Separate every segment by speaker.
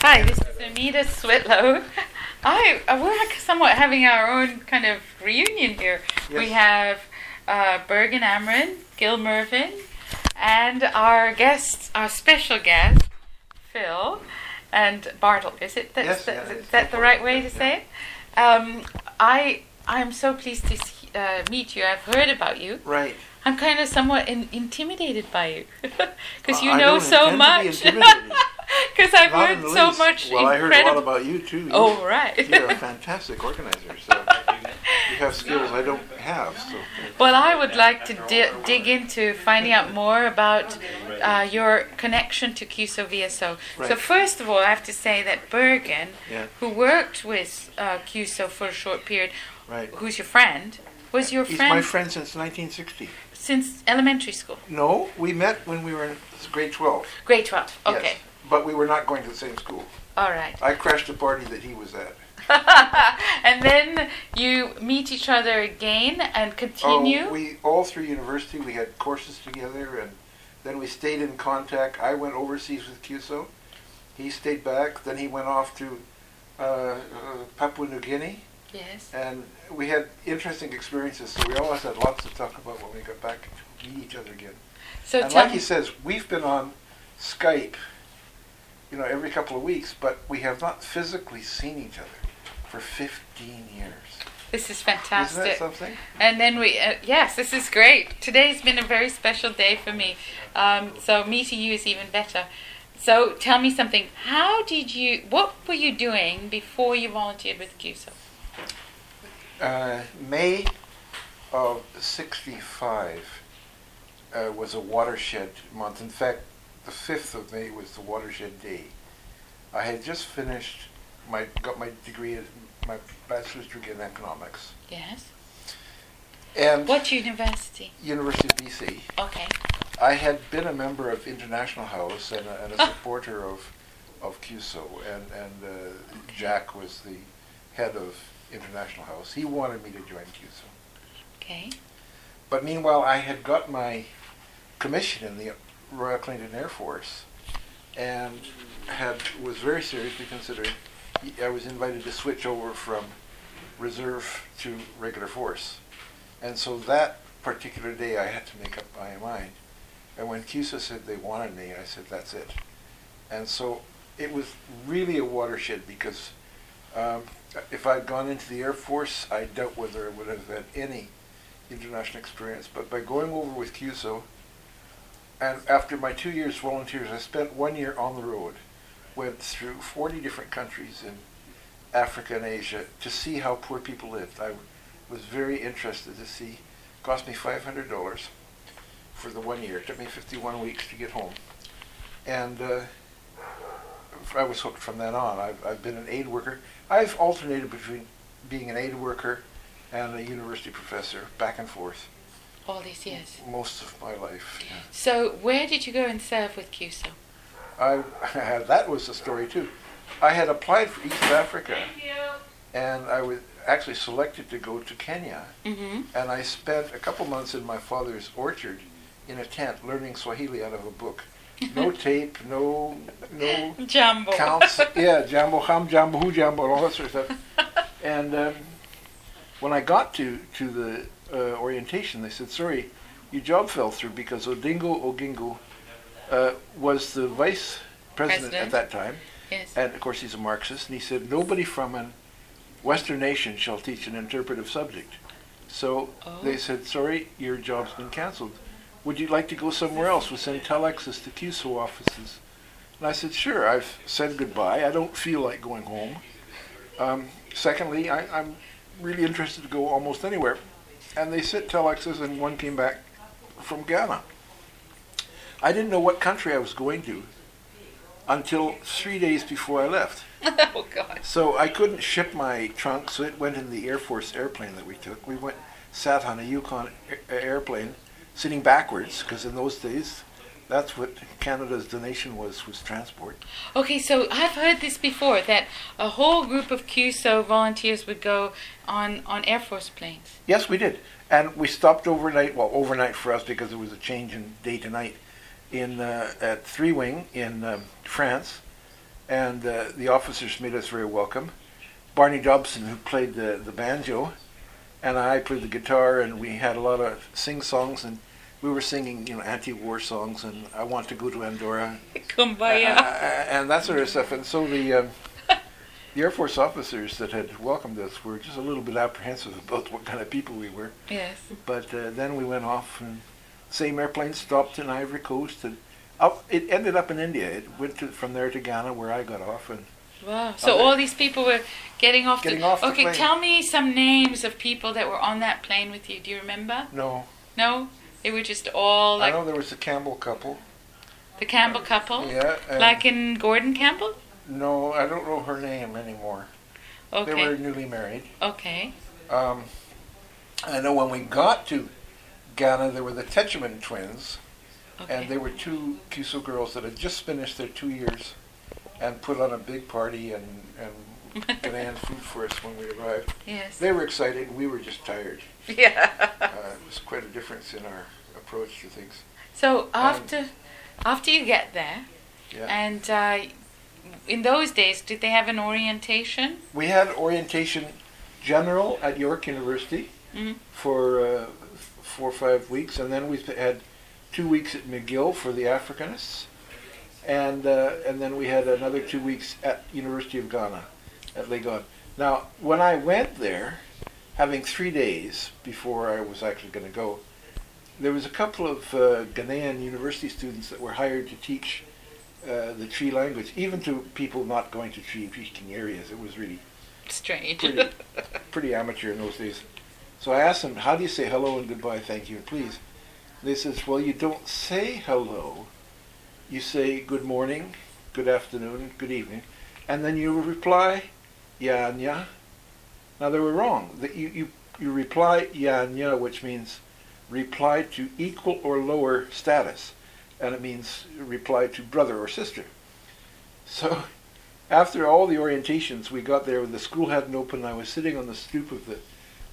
Speaker 1: Hi, this is Anita Switlow. I uh, we're somewhat having our own kind of reunion here. We
Speaker 2: Yes.
Speaker 1: have uh, Bergen Amrin, Gil Mervin, and our guests, our special guest, Phil and Bartle. Is it that's
Speaker 2: Yes,
Speaker 1: the,
Speaker 2: yeah,
Speaker 1: is
Speaker 2: it's
Speaker 1: that the
Speaker 2: Phil
Speaker 1: right
Speaker 2: Bartle,
Speaker 1: way to
Speaker 2: yeah,
Speaker 1: say it? Um, I I am so pleased to see, uh, meet you. I've heard about you.
Speaker 2: Right.
Speaker 1: I'm kind of somewhat in, intimidated by you because
Speaker 2: Well,
Speaker 1: you
Speaker 2: I
Speaker 1: know
Speaker 2: don't
Speaker 1: so
Speaker 2: intend
Speaker 1: much.
Speaker 2: to be intimidated.
Speaker 1: Because I've
Speaker 2: Not in
Speaker 1: heard
Speaker 2: the
Speaker 1: so
Speaker 2: least.
Speaker 1: much
Speaker 2: Well, I heard a lot
Speaker 1: incredible.
Speaker 2: about you too. You-
Speaker 1: Oh right.
Speaker 2: You're a fantastic organizer, so you have skills I don't have. So
Speaker 1: well, I would like to di- dig into finding out more about uh, your connection to QSO VSO. So
Speaker 2: Right.
Speaker 1: first of all, I have to say that Bergen,
Speaker 2: Yeah.
Speaker 1: who worked with uh, QSO for a short period,
Speaker 2: right.
Speaker 1: who's your friend, was your
Speaker 2: He's
Speaker 1: friend,
Speaker 2: my friend since 1960.
Speaker 1: since elementary school,
Speaker 2: No, we met when we were in grade 12.
Speaker 1: grade twelve. Okay,
Speaker 2: Yes. But we were not going to the same school.
Speaker 1: all right.
Speaker 2: I crashed a party that he was at.
Speaker 1: and then you meet each other again and continue.
Speaker 2: Oh, we all through university we had courses together, and then we stayed in contact. I went overseas with CUSO. He stayed back. Then he went off to uh, uh, Papua New Guinea,
Speaker 1: yes.
Speaker 2: and we had interesting experiences. So we always had lots to talk about when we got back to meet each other again.
Speaker 1: So
Speaker 2: and
Speaker 1: tell
Speaker 2: like he
Speaker 1: me.
Speaker 2: says, we've been on Skype, you know, every couple of weeks, but we have not physically seen each other for 15 years.
Speaker 1: This is
Speaker 2: Isn't that
Speaker 1: fantastic.
Speaker 2: something?
Speaker 1: And then we, uh, yes, this is great. Today's been a very special day for me. Um, so meeting you is even better. So tell me something. How did you, what were you doing before you volunteered with CUSO?
Speaker 2: Uh, May of 65 uh, was a watershed month. In fact, the 5th of May was the watershed day. I had just finished my got my degree in my bachelor's degree in economics
Speaker 1: Yes.
Speaker 2: and
Speaker 1: What university?
Speaker 2: University of BC.
Speaker 1: Okay.
Speaker 2: I had been a member of International House and a, and a supporter of of CUSO, and and uh, Jack was the head of International House. He wanted me to join CUSO.
Speaker 1: Okay.
Speaker 2: But meanwhile, I had got my commission in the Royal Clinton Air Force, and had was very seriously considering. I was invited to switch over from reserve to regular force, and so that particular day, I had to make up my mind. And when CUSA said they wanted me, I said that's it. And so it was really a watershed because um, if I'd gone into the Air Force, I doubt whether I would have had any international experience, but by going over with CUSO, and after my two years volunteers, I spent one year on the road, went through 40 different countries in Africa and Asia to see how poor people lived. I was very interested to see. Cost me $500 for the one year. It took me 51 weeks to get home, and uh, I was hooked from then on. I've, I've been an aid worker. I've alternated between being an aid worker and a university professor, back and forth,
Speaker 1: All these years.
Speaker 2: most of my life.
Speaker 1: So where did you go and serve with CUSO?
Speaker 2: I that was the story too. I had applied for East Africa, and I was actually selected to go to Kenya,
Speaker 1: Mm-hmm.
Speaker 2: and I spent a couple months in my father's orchard in a tent learning Swahili out of a book. No tape, no no
Speaker 1: Jumbo.
Speaker 2: counts. Yeah, jambo ham, jambo who, jambo, and all that sort of stuff. And um, when I got to to the uh, orientation, they said, "Sorry, your job fell through because Odingo Ogingo uh, was the vice president,
Speaker 1: President.
Speaker 2: at that time,
Speaker 1: yes.
Speaker 2: and of course he's a Marxist." And he said, "Nobody from an Western nation shall teach an interpretive subject." So
Speaker 1: Oh.
Speaker 2: they said, "Sorry, your job's been canceled. Would you like to go somewhere else? We'll send telexes to CUSO offices." And I said, "Sure. I've said goodbye. I don't feel like going home. Um, secondly, I, I'm really interested to go almost anywhere." And they sent telexes, and one came back from Ghana. I didn't know what country I was going to until three days before I left.
Speaker 1: oh God.
Speaker 2: So I couldn't ship my trunk, so it went in the Air Force airplane that we took. We went, sat on a Yukon a- airplane, sitting backwards, because in those days, that's what Canada's donation was, was transport.
Speaker 1: Okay, so I've heard this before that a whole group of QSO volunteers would go on, on Air Force planes.
Speaker 2: Yes, we did. And we stopped overnight, well, overnight for us because there was a change in day to night, in, uh, at Three Wing in um, France. and uh, the officers made us very welcome. Barney Dobson, who played the, the banjo, and I played the guitar, and we had a lot of sing songs, and we were singing, you know, anti-war songs, and I want to go to Andorra,
Speaker 1: Oh,
Speaker 2: uh,
Speaker 1: Kumbaya.
Speaker 2: and that sort of stuff. And so the um, the Air Force officers that had welcomed us were just a little bit apprehensive about what kind of people we were.
Speaker 1: Yes.
Speaker 2: But uh, then we went off, and same airplane stopped in Ivory Coast, and up, it ended up in India. It went to, from there to Ghana, where I got off, and
Speaker 1: Wow. So
Speaker 2: Okay.
Speaker 1: all these people were getting off.
Speaker 2: Getting
Speaker 1: the,
Speaker 2: off the
Speaker 1: okay,
Speaker 2: plane.
Speaker 1: tell me some names of people that were on that plane with you. Do you remember?
Speaker 2: no,
Speaker 1: No, they were just all
Speaker 2: I
Speaker 1: like
Speaker 2: know there was a Campbell couple.
Speaker 1: the Campbell couple,
Speaker 2: Yeah, uh, and
Speaker 1: like in Gordon Campbell.
Speaker 2: no, I don't know her name anymore.
Speaker 1: Okay.
Speaker 2: They were newly married.
Speaker 1: Okay.
Speaker 2: Um, I know when we got to Ghana, there were the Tetraman twins,
Speaker 1: Okay.
Speaker 2: and they were two Kiso girls that had just finished their two years and put on a big party and, and banned food for us when we arrived.
Speaker 1: yes.
Speaker 2: They were excited, we were just tired.
Speaker 1: Yeah.
Speaker 2: Uh, it was quite a difference in our approach to things.
Speaker 1: So after, after you get there,
Speaker 2: Um, Yeah.
Speaker 1: and uh, in those days, did they have an orientation?
Speaker 2: We had orientation general at York University
Speaker 1: Mhm.
Speaker 2: for uh, four or five weeks, and then we had two weeks at McGill for the Africanists, and uh, and then we had another two weeks at University of Ghana, at Legon. Now, when I went there, having three days before I was actually going to go, there was a couple of uh, Ghanaian university students that were hired to teach uh, the Tree language, even to people not going to Tree-speaking areas. It was really
Speaker 1: Strange.
Speaker 2: pretty, pretty amateur in those days. So I asked them, "How do you say hello and goodbye, thank you, and please?" They says, "Well, you don't say hello. You say good morning, good afternoon, good evening, and then you reply, ya nya." Now they were wrong. That you you you reply ya nya, which means reply to equal or lower status, and it means reply to brother or sister. So. After all the orientations, we got there. The school hadn't opened. I was sitting on the stoop of the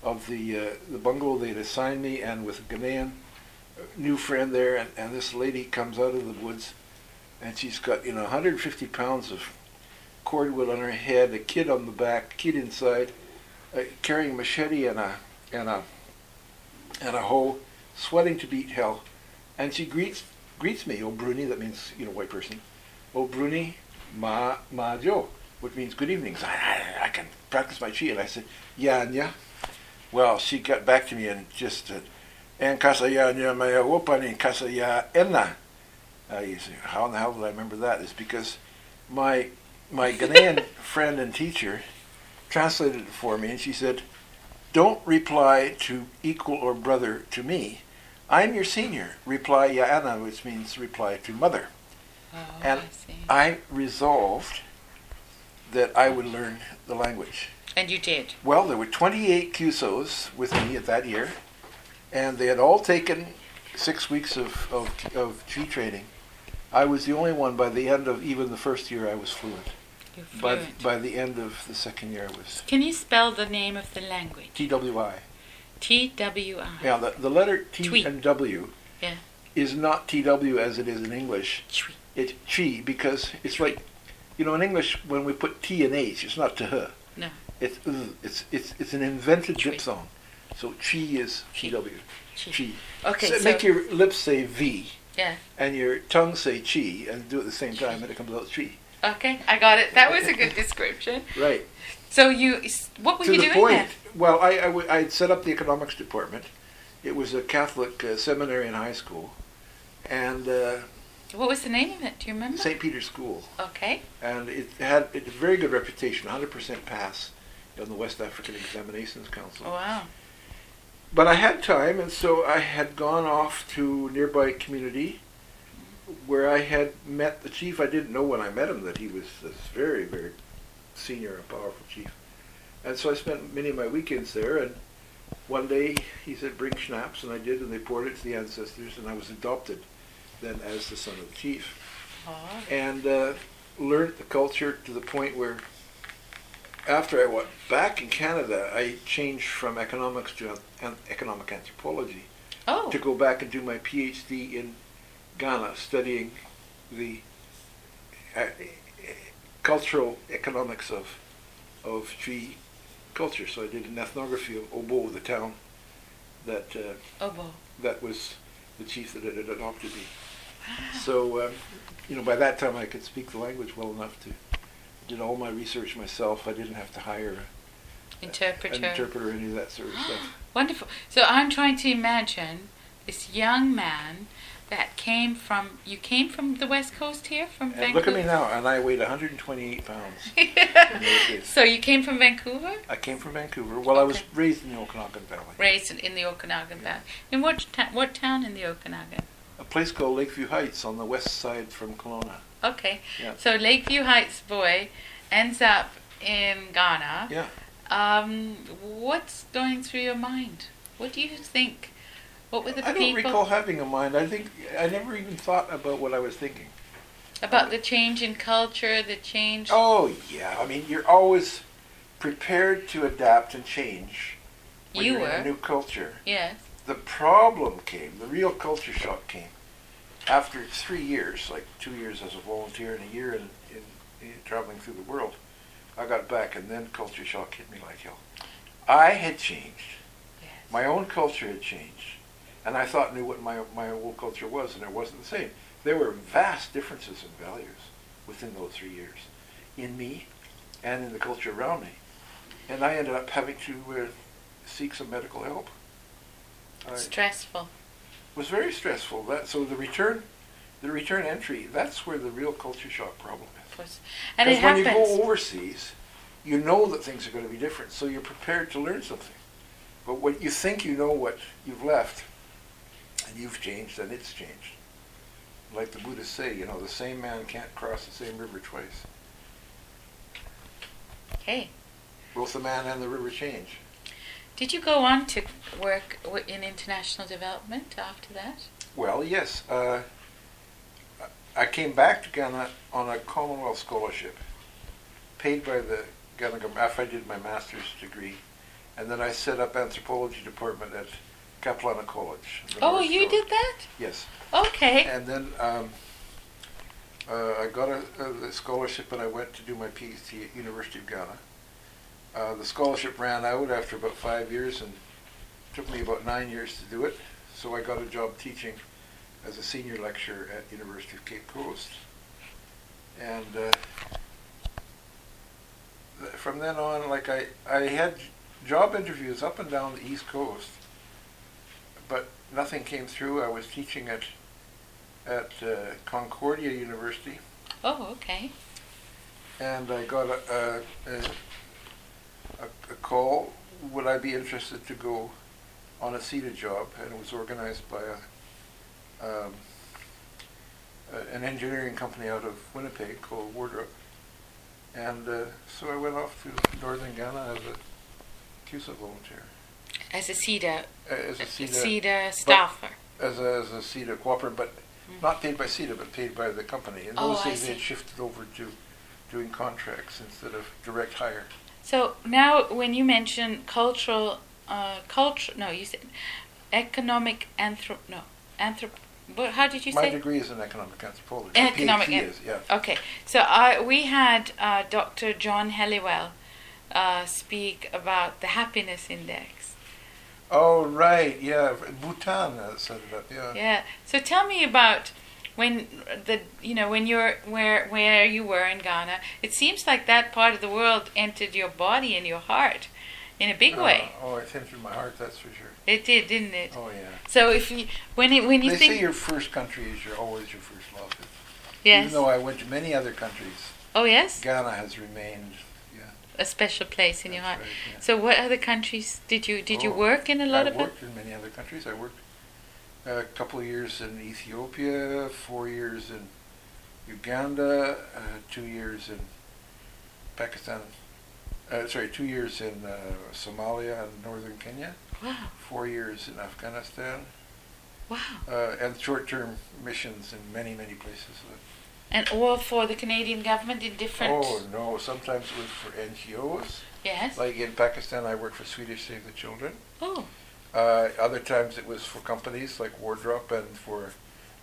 Speaker 2: of the uh, the bungalow they'd assigned me, and with a Ghanaian uh, new friend there, and, and this lady comes out of the woods, and she's got you know 150 pounds of cordwood on her head, a kid on the back, kid inside, uh, carrying a machete and a and a and a hoe, sweating to beat hell, and she greets greets me, oh Bruni, that means you know white person, oh Bruni, Ma Ma Jo, which means good evening. So I, I can practice my chi. And I said, Yeah, yeah. Well, she got back to me and just said, En casa ya nya maya wopan en casa ya enna. I used to- How in the hell did I remember that? Is because my my Ghanaian friend and teacher translated it for me, and she said, "Don't reply to equal or brother to me. I'm your senior. Reply ya enna, which means reply to mother."
Speaker 1: Oh,
Speaker 2: And-
Speaker 1: I see.
Speaker 2: I resolved that I would learn the language.
Speaker 1: And you did.
Speaker 2: Well, there were 28 CUSOs with me at that year, and they had all taken six weeks of, of, of G training. I was the only one by the end of even the first year I was fluent.
Speaker 1: You're
Speaker 2: By,
Speaker 1: fluent.
Speaker 2: by the end of the second year, I was
Speaker 1: Can you spell the name of the language?
Speaker 2: TWI.
Speaker 1: T W I.
Speaker 2: Now, the, the letter T
Speaker 1: Tweet.
Speaker 2: and W
Speaker 1: Yeah.
Speaker 2: is not TW as it is in English. It's chi because it's like, you know, in English when we put T and H, it's not to.
Speaker 1: No.
Speaker 2: It's th, it's it's it's an invented
Speaker 1: Chi.
Speaker 2: diphthong. So chi is
Speaker 1: Chi.
Speaker 2: tw.
Speaker 1: Chi.
Speaker 2: Chi.
Speaker 1: Okay,
Speaker 2: So
Speaker 1: so-
Speaker 2: make your lips say v.
Speaker 1: Yeah.
Speaker 2: And your tongue say chi, and do it at the same time, and it comes out chi.
Speaker 1: Okay, I got it. That was a good description.
Speaker 2: Right.
Speaker 1: So you, s- what were
Speaker 2: to
Speaker 1: you
Speaker 2: the
Speaker 1: doing
Speaker 2: point.
Speaker 1: then?
Speaker 2: Well, I I w- I'd set up the economics department. It was a Catholic uh, seminary and high school, and uh,
Speaker 1: What was the name of it? Do you remember?
Speaker 2: St. Peter's School.
Speaker 1: Okay.
Speaker 2: and it had it had a very good reputation, 100% pass on the West African Examinations Council.
Speaker 1: Wow.
Speaker 2: But I had time, and so I had gone off to nearby community where I had met the chief. I didn't know when I met him that he was this very, very senior and powerful chief. And so I spent many of my weekends there, and one day he said, bring schnapps, and I did, and they poured it to the ancestors, and I was adopted then as the son of the chief
Speaker 1: Oh,
Speaker 2: and uh, learned the culture to the point where after I went back in Canada, I changed from economics to an- an economic anthropology
Speaker 1: oh.
Speaker 2: to go back and do my PhD in Ghana, studying the uh, cultural economics of of Cree culture. So I did an ethnography of Obo, the town that uh,
Speaker 1: Oh, well.
Speaker 2: that was the chief that had adopted me. So, um, you know, by that time I could speak the language well enough to did all my research myself. I didn't have to hire
Speaker 1: Interpreter.
Speaker 2: an interpreter or any of that sort of stuff.
Speaker 1: Wonderful. So I'm trying to imagine this young man that came from you came from the west coast here from
Speaker 2: And look
Speaker 1: Vancouver.
Speaker 2: at me now, and I weighed 128 pounds.
Speaker 1: so you came from Vancouver,
Speaker 2: I came from Vancouver. Well, I was
Speaker 1: Okay.
Speaker 2: raised in the Okanagan Valley,
Speaker 1: raised in, in the Okanagan Valley. In what ta- what town in the Okanagan?
Speaker 2: a place called Lakeview Heights on the west side from Kelowna.
Speaker 1: Okay.
Speaker 2: Yeah.
Speaker 1: So Lakeview Heights boy ends up in Ghana.
Speaker 2: Yeah.
Speaker 1: Um, what's going through your mind? What do you think? What were the
Speaker 2: I don't
Speaker 1: people
Speaker 2: recall having a mind. I think I never even thought about what I was thinking.
Speaker 1: about the change in culture, the change?
Speaker 2: Oh yeah, I mean you're always prepared to adapt and change when
Speaker 1: You
Speaker 2: are in
Speaker 1: were.
Speaker 2: a new culture.
Speaker 1: Yes.
Speaker 2: The problem came, the real culture shock came after three years, like two years as a volunteer and a year in, in, in traveling through the world. I got back, and then culture shock hit me like hell. I had changed.
Speaker 1: Yes.
Speaker 2: My own culture had changed, and I thought knew what my my old culture was, and it wasn't the same. There were vast differences in values within those three years, in me, and in the culture around me, and I ended up having to uh, seek some medical help. I-
Speaker 1: Stressful.
Speaker 2: was very stressful. That so the return, the return entry. That's where the real culture shock problem is.
Speaker 1: course. And it
Speaker 2: when
Speaker 1: happens.
Speaker 2: you go overseas, you know that things are going to be different, so you're prepared to learn something. But what you think you know what you've left, and you've changed, and it's changed. Like the Buddhists say, you know, the same man can't cross the same river twice.
Speaker 1: okay.
Speaker 2: Both the man and the river change.
Speaker 1: Did you go on to work w- in international development after that?
Speaker 2: Well, yes. Uh, I- I came back to Ghana on a Commonwealth scholarship, paid by the Ghana government after I did my master's degree, and then I set up anthropology department at Kaplana College. in the
Speaker 1: oh,
Speaker 2: North
Speaker 1: you
Speaker 2: Shore.
Speaker 1: did that?
Speaker 2: Yes,
Speaker 1: Okay.
Speaker 2: and then um, uh, I got a, a scholarship, and I went to do my PhD at University of Ghana. Uh, the scholarship ran out after about five years, and took me about nine years to do it. So I got a job teaching as a senior lecturer at University of Cape Coast, and uh, th- from then on, like I, I had job interviews up and down the East Coast, but nothing came through. I was teaching at at uh, Concordia University,
Speaker 1: oh, okay.
Speaker 2: and I got a, a, a, a- a call. Would I be interested to go on a seated job? And it was organized by a, um, a- an engineering company out of Winnipeg called Wardrop. And uh, so I went off to northern Ghana as a CUSA volunteer, uh,
Speaker 1: As a CEDA,
Speaker 2: as a CETA,
Speaker 1: CEDA staffer.
Speaker 2: as a, as a CETA cooperative, but
Speaker 1: Mm.
Speaker 2: not paid by CETA, but paid by the company. In
Speaker 1: Oh,
Speaker 2: those
Speaker 1: I
Speaker 2: days,
Speaker 1: see.
Speaker 2: they had shifted over to doing contracts instead of direct hire.
Speaker 1: So now, when you mention cultural, uh, culture, no, you said economic anthrop, no, anthrop. What, how did you
Speaker 2: My
Speaker 1: say?
Speaker 2: degree is in economic anthropology. My
Speaker 1: Economic
Speaker 2: PhD
Speaker 1: an-
Speaker 2: is, yeah.
Speaker 1: Okay, so I, we had uh, Dr. John Helliwell uh, speak about the happiness index.
Speaker 2: Oh, right, yeah. Bhutan uh, set it up, yeah.
Speaker 1: Yeah. So tell me about when the you know when you're where where you were in Ghana. It seems like that part of the world entered your body and your heart in a big
Speaker 2: Uh,
Speaker 1: way.
Speaker 2: oh, it entered my heart, that's for sure.
Speaker 1: It did, didn't it?
Speaker 2: Oh, yeah.
Speaker 1: So if you when it when you
Speaker 2: They say
Speaker 1: think
Speaker 2: your first country is your always your first love.
Speaker 1: yes,
Speaker 2: Even though I went to many other countries,
Speaker 1: oh yes,
Speaker 2: Ghana has remained.
Speaker 1: a special place in your
Speaker 2: that's
Speaker 1: heart.
Speaker 2: right, yeah.
Speaker 1: So what other countries did you did you
Speaker 2: Oh,
Speaker 1: work in a lot
Speaker 2: I
Speaker 1: of?
Speaker 2: worked in many other countries. I worked a couple of years in Ethiopia, four years in Uganda, uh, two years in Pakistan. Uh, sorry, two years in uh, Somalia and northern Kenya,
Speaker 1: Wow,
Speaker 2: four years in Afghanistan,
Speaker 1: wow,
Speaker 2: uh, and short-term missions in many, many places.
Speaker 1: and all for the Canadian government in different.
Speaker 2: Oh no! Sometimes it was for NGOs.
Speaker 1: yes.
Speaker 2: Like in Pakistan, I worked for Swedish Save the Children.
Speaker 1: oh,
Speaker 2: Uh, other times it was for companies like Wardrop and for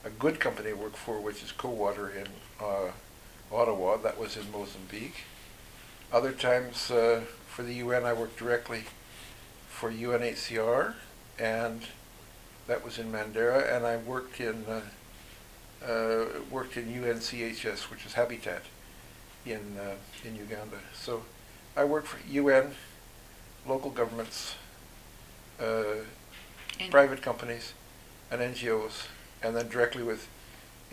Speaker 2: a good company I work for, which is Co-Water in uh, Ottawa. That was in Mozambique. Other times uh, for the UN, I worked directly for UNHCR, and that was in Mandera. And I worked in uh, uh, worked in UNCHS, which is Habitat, in uh, in Uganda. So I worked for UN, local governments, uh,
Speaker 1: And-
Speaker 2: private companies, and NGOs, and then directly with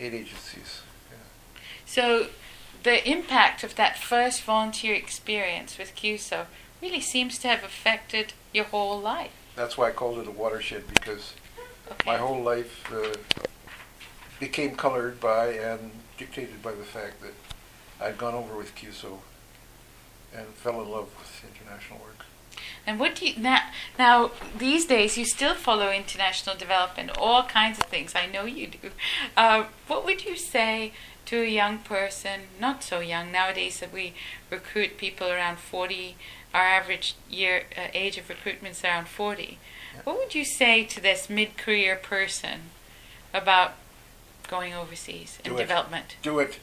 Speaker 2: aid agencies.
Speaker 1: So, the impact of that first volunteer experience with CUSO really seems to have affected your whole life.
Speaker 2: That's why I called it a watershed because
Speaker 1: Okay.
Speaker 2: my whole life uh, became colored by and dictated by the fact that I'd gone over with CUSO and fell in love with international work.
Speaker 1: And what do you now, now these days? You still follow international development, all kinds of things. I know you do. Uh, what would you say to a young person, not so young nowadays? That we recruit people around forty. Our average year uh, age of recruitment is around forty. What would you say to this mid-career person about going overseas and
Speaker 2: Do it.
Speaker 1: development?
Speaker 2: Do it.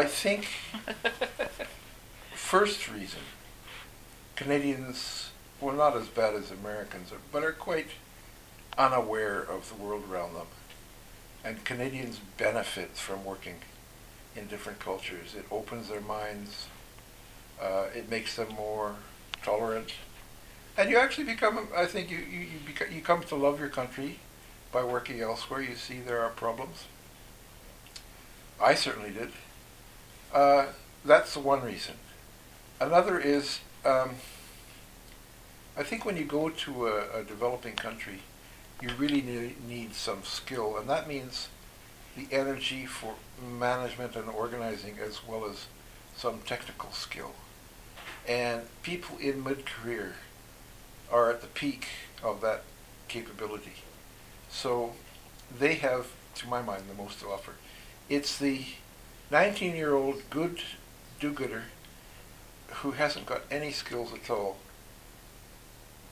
Speaker 2: I think first reason Canadians well not as bad as Americans are, but are quite unaware of the world around them. And Canadians benefit from working in different cultures. It opens their minds. Uh, it makes them more tolerant. And you actually become, I think, you, you, you, beco- you come to love your country by working elsewhere. You see there are problems. I certainly did. Uh, that's the one reason. Another is, um, I think when you go to a, a developing country, you really ne- need some skill, and that means the energy for management and organizing as well as some technical skill. And people in mid career are at the peak of that capability. So they have, to my mind, the most to offer. It's the 19 year old good do gooder who hasn't got any skills at all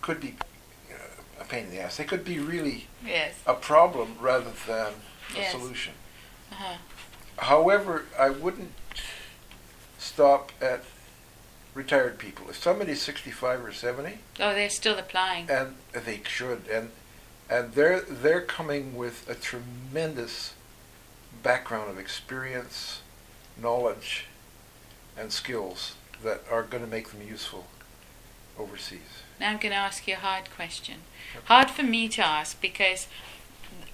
Speaker 2: could be uh, a pain in the ass. They could be really
Speaker 1: Yes.
Speaker 2: a problem rather than a
Speaker 1: Yes.
Speaker 2: solution.
Speaker 1: Uh-huh.
Speaker 2: However, I wouldn't stop at retired people. If somebody's 65 or 70,
Speaker 1: Oh, they're still applying.
Speaker 2: and they should, and and they're they're coming with a tremendous background of experience, knowledge, and skills that are going to make them useful overseas.
Speaker 1: Now I'm going to ask you a hard question. Hard for me to ask because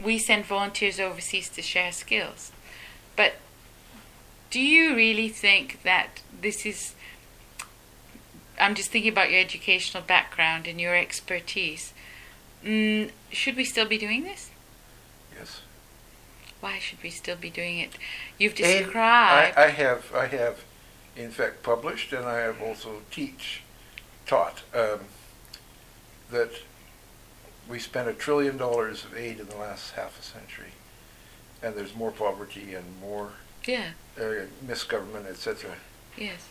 Speaker 1: we send volunteers overseas to share skills. But do you really think that this is. I'm just thinking about your educational background and your expertise. Mm, should we still be doing this?
Speaker 2: Yes.
Speaker 1: Why should we still be doing it? You've
Speaker 2: And
Speaker 1: described.
Speaker 2: I, I have, I have, in fact, published, and I have also teach, taught um, that we spent a trillion dollars of aid in the last half a century, and there's more poverty and more
Speaker 1: yeah,
Speaker 2: uh, misgovernment, etc.
Speaker 1: yes,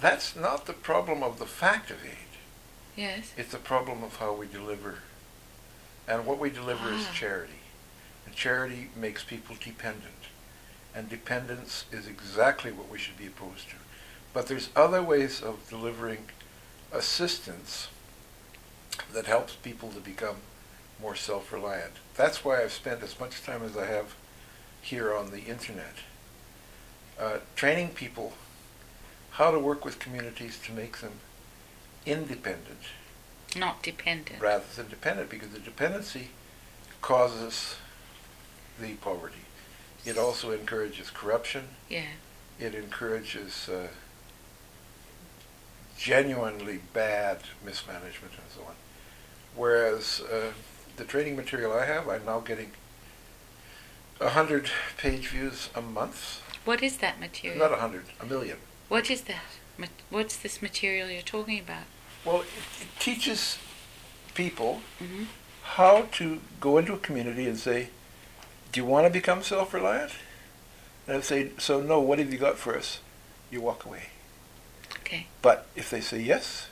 Speaker 2: That's not the problem of the fact of aid.
Speaker 1: yes.
Speaker 2: It's the problem of how we deliver, and what we deliver is
Speaker 1: Ah.
Speaker 2: charity, and charity makes people dependent, and dependence is exactly what we should be opposed to. But there's other ways of delivering assistance that helps people to become more self-reliant. That's why I've spent as much time as I have here on the internet, uh, training people how to work with communities to make them independent
Speaker 1: Not dependent.
Speaker 2: rather than dependent, because the dependency causes the poverty. It also encourages corruption.
Speaker 1: Yeah,
Speaker 2: It encourages uh, genuinely bad mismanagement and so on. Whereas uh, the training material I have, I'm now getting 100 page views a month.
Speaker 1: what is that material?
Speaker 2: Not 100, a million.
Speaker 1: What is that? Ma- What's this material you're talking about?
Speaker 2: Well, it, it teaches people
Speaker 1: hmm
Speaker 2: how to go into a community and say, "Do you want to become self-reliant?" And if they so no, what have you got for us? You walk away.
Speaker 1: Okay.
Speaker 2: But if they say yes,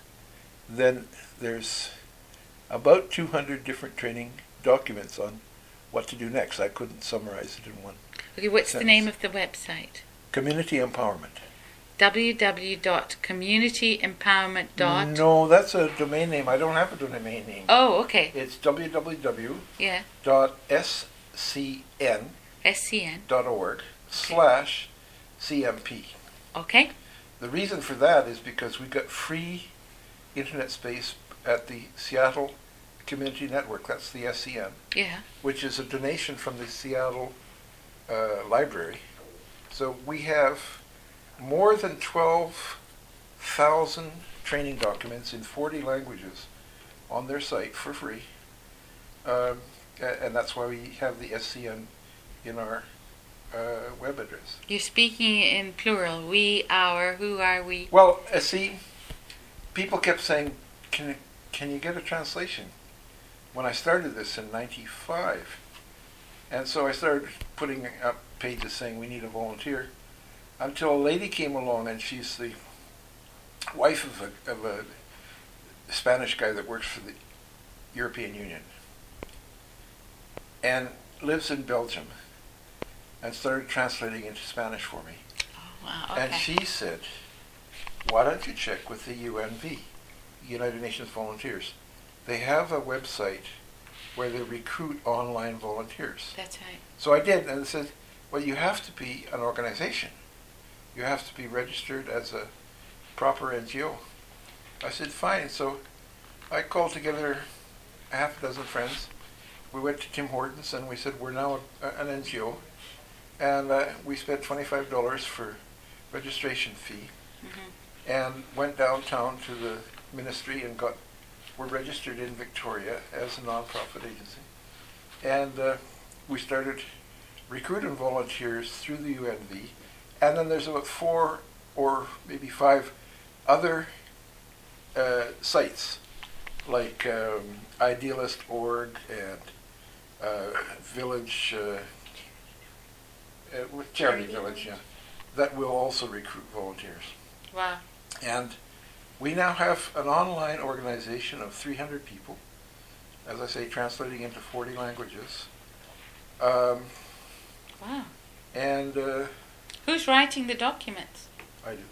Speaker 2: then there's about 200 different training documents on what to do next. I couldn't summarize it in one.
Speaker 1: Okay. What's the
Speaker 2: Sense.
Speaker 1: name of the website?
Speaker 2: Community empowerment.
Speaker 1: www.communityeempowerment.org.
Speaker 2: No, that's a domain name. I don't have a domain name.
Speaker 1: Oh, okay.
Speaker 2: It's www.
Speaker 1: Yeah.
Speaker 2: dot scn
Speaker 1: SCN.
Speaker 2: dot org slash cmp.
Speaker 1: Okay.
Speaker 2: The reason for that is because we got free internet space at the Seattle Community Network. That's the SCN,
Speaker 1: Yeah.
Speaker 2: which is a donation from the Seattle uh, Library. So we have more than twelve thousand training documents in forty languages on their site for free, um, a- and that's why we have the SCN in our uh, web address.
Speaker 1: You're speaking in plural. We, our, who are we?
Speaker 2: Well, uh, see, people kept saying, "Can can you get a translation?" When I started this in '95, and so I started putting up pages saying we need a volunteer, until a lady came along and she's the wife of a of a Spanish guy that works for the European Union, and lives in Belgium, and started translating into Spanish for me.
Speaker 1: Oh, wow.
Speaker 2: And
Speaker 1: Okay.
Speaker 2: she said, why don't you check with the UNV, United Nations Volunteers? They have a website where they recruit online volunteers.
Speaker 1: That's right.
Speaker 2: So I did, and it said, well, you have to be an organization. You have to be registered as a proper NGO. I said, fine. So I called together a half a dozen friends. We went to Tim Hortons and we said, we're now a, an NGO. And uh, we spent $25 for registration fee
Speaker 1: hmm
Speaker 2: and went downtown to the ministry and got were registered in Victoria as a nonprofit agency, and uh, we started recruiting volunteers through the UNV, and then there's about four or maybe five other uh, sites like um, Idealist Org and uh, Village. Uh, uh, with charity
Speaker 1: Charity
Speaker 2: village,
Speaker 1: Village.
Speaker 2: yeah, that will also recruit volunteers.
Speaker 1: Wow.
Speaker 2: And we now have an online organization of 300 people, as I say, translating into 40 languages. Um,
Speaker 1: Wow.
Speaker 2: and uh,
Speaker 1: Who's writing the documents?
Speaker 2: I do.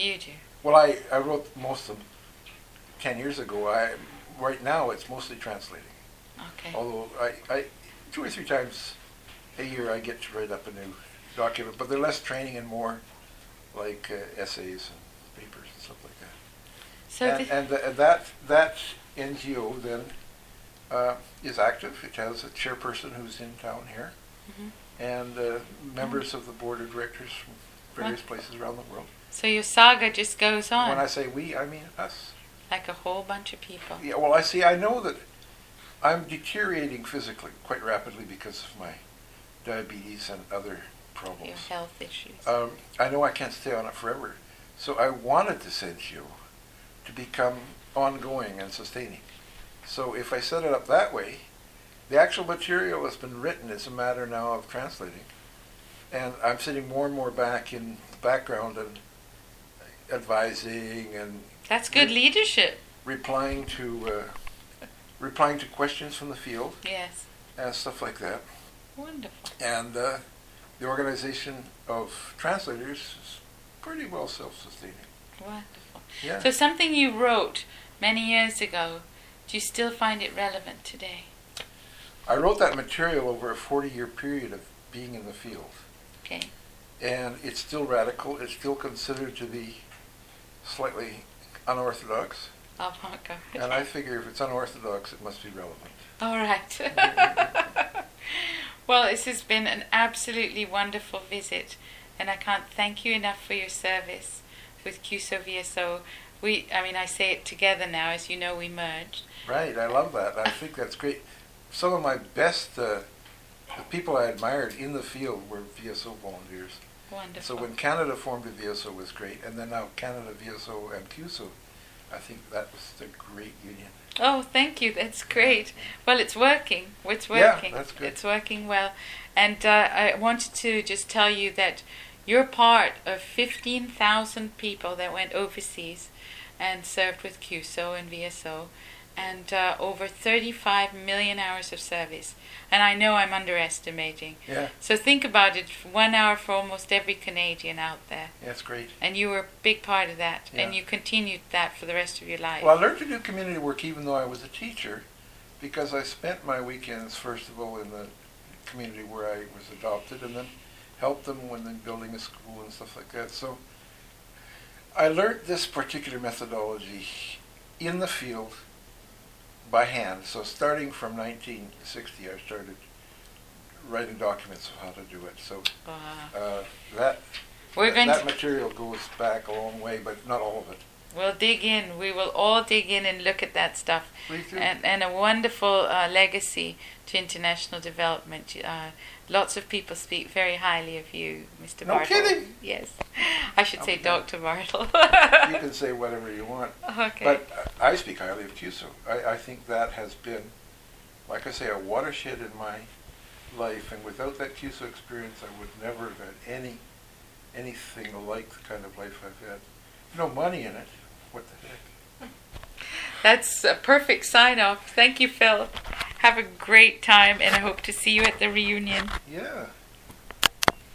Speaker 1: You do.
Speaker 2: Well, I, I wrote most of them 10 years ago. I, right now, it's mostly translating.
Speaker 1: Okay.
Speaker 2: Although I, I, two or three times a year, I get to write up a new document, but they're less training and more like uh, essays and papers and stuff like that.
Speaker 1: So
Speaker 2: and,
Speaker 1: thi-
Speaker 2: and th- and that that NGO then uh, is active. It has a chairperson who's in town here,
Speaker 1: Mhm.
Speaker 2: and uh, members of the board of directors from various places around the world.
Speaker 1: so your saga just goes on
Speaker 2: When I say we, I mean us.
Speaker 1: like a whole bunch of people.
Speaker 2: Yeah. Well, I see. I know that I'm deteriorating physically quite rapidly because of my diabetes and other
Speaker 1: Your
Speaker 2: problems.
Speaker 1: health issues.
Speaker 2: Um, I know I can't stay on it forever, so I wanted this NGO to become ongoing and sustaining. So if I set it up that way, the actual material that's been written is a matter now of translating, and I'm sitting more and more back in the background and advising and
Speaker 1: That's good
Speaker 2: re-
Speaker 1: leadership.
Speaker 2: replying to uh, replying to questions from the field
Speaker 1: Yes.
Speaker 2: and stuff like that.
Speaker 1: Wonderful.
Speaker 2: And uh, the organization of translators is pretty well self-sustaining.
Speaker 1: Wonderful.
Speaker 2: Yeah.
Speaker 1: So something you wrote many years ago, do you still find it relevant today?
Speaker 2: I wrote that material over a 40-year period of being in the field,
Speaker 1: Okay.
Speaker 2: and it's still radical. It's still considered to be slightly unorthodox,
Speaker 1: I'll mark up.
Speaker 2: and I figure if it's unorthodox, it must be relevant.
Speaker 1: All right. well, this has been an absolutely wonderful visit, and I can't thank you enough for your service with QSO VSO. We, I mean, I say it together now. As you know, we merged.
Speaker 2: Right, I love that. I think that's great. Some of my best uh, the people I admired in the field were VSO volunteers.
Speaker 1: Wonderful.
Speaker 2: So when Canada formed a VSO it was great, and then now Canada VSO and QSO, I think that was the great union.
Speaker 1: Oh, thank you. That's great. Well, it's working. It's
Speaker 2: Yeah,
Speaker 1: working.
Speaker 2: that's good.
Speaker 1: It's working well. And uh, I wanted to just tell you that you're part of 15,000 people that went overseas and served with QSO and VSO. and uh, over 35 million hours of service. And I know I'm underestimating.
Speaker 2: Yeah,
Speaker 1: So think about it one hour for almost every Canadian out there.
Speaker 2: that's great.
Speaker 1: And you were a big part of that. And
Speaker 2: Yeah.
Speaker 1: you continued that for the rest of your life.
Speaker 2: Well, I learned to do community work even though I was a teacher because I spent my weekends, first of all, in the community where I was adopted and then helped them when they're building a school and stuff like that. So I learned this particular methodology in the field by hand. So starting from 1960, I started writing documents of how to do it. So
Speaker 1: Wow.
Speaker 2: uh, that,
Speaker 1: We're
Speaker 2: that,
Speaker 1: going
Speaker 2: that
Speaker 1: to,
Speaker 2: material goes back a long way, but not all of it.
Speaker 1: we'll dig in. We will all dig in and look at that stuff.
Speaker 2: Please do.
Speaker 1: and, and a wonderful uh, legacy to international development. Uh, lots of people speak very highly of you, Mr.
Speaker 2: No
Speaker 1: Bartle.
Speaker 2: kidding.
Speaker 1: Yes, I should say
Speaker 2: Okay.
Speaker 1: Dr. Bartle.
Speaker 2: you can say whatever you want.
Speaker 1: okay.
Speaker 2: But I I speak highly of CUSO. I, I think that has been, like I say, a watershed in my life. And without that CUSO experience, I would never have had any anything like the kind of life I've had. No money in it. What the heck?
Speaker 1: That's a perfect sign off. Thank you, Phil. Have a great time, and I hope to see you at the reunion.
Speaker 2: Yeah.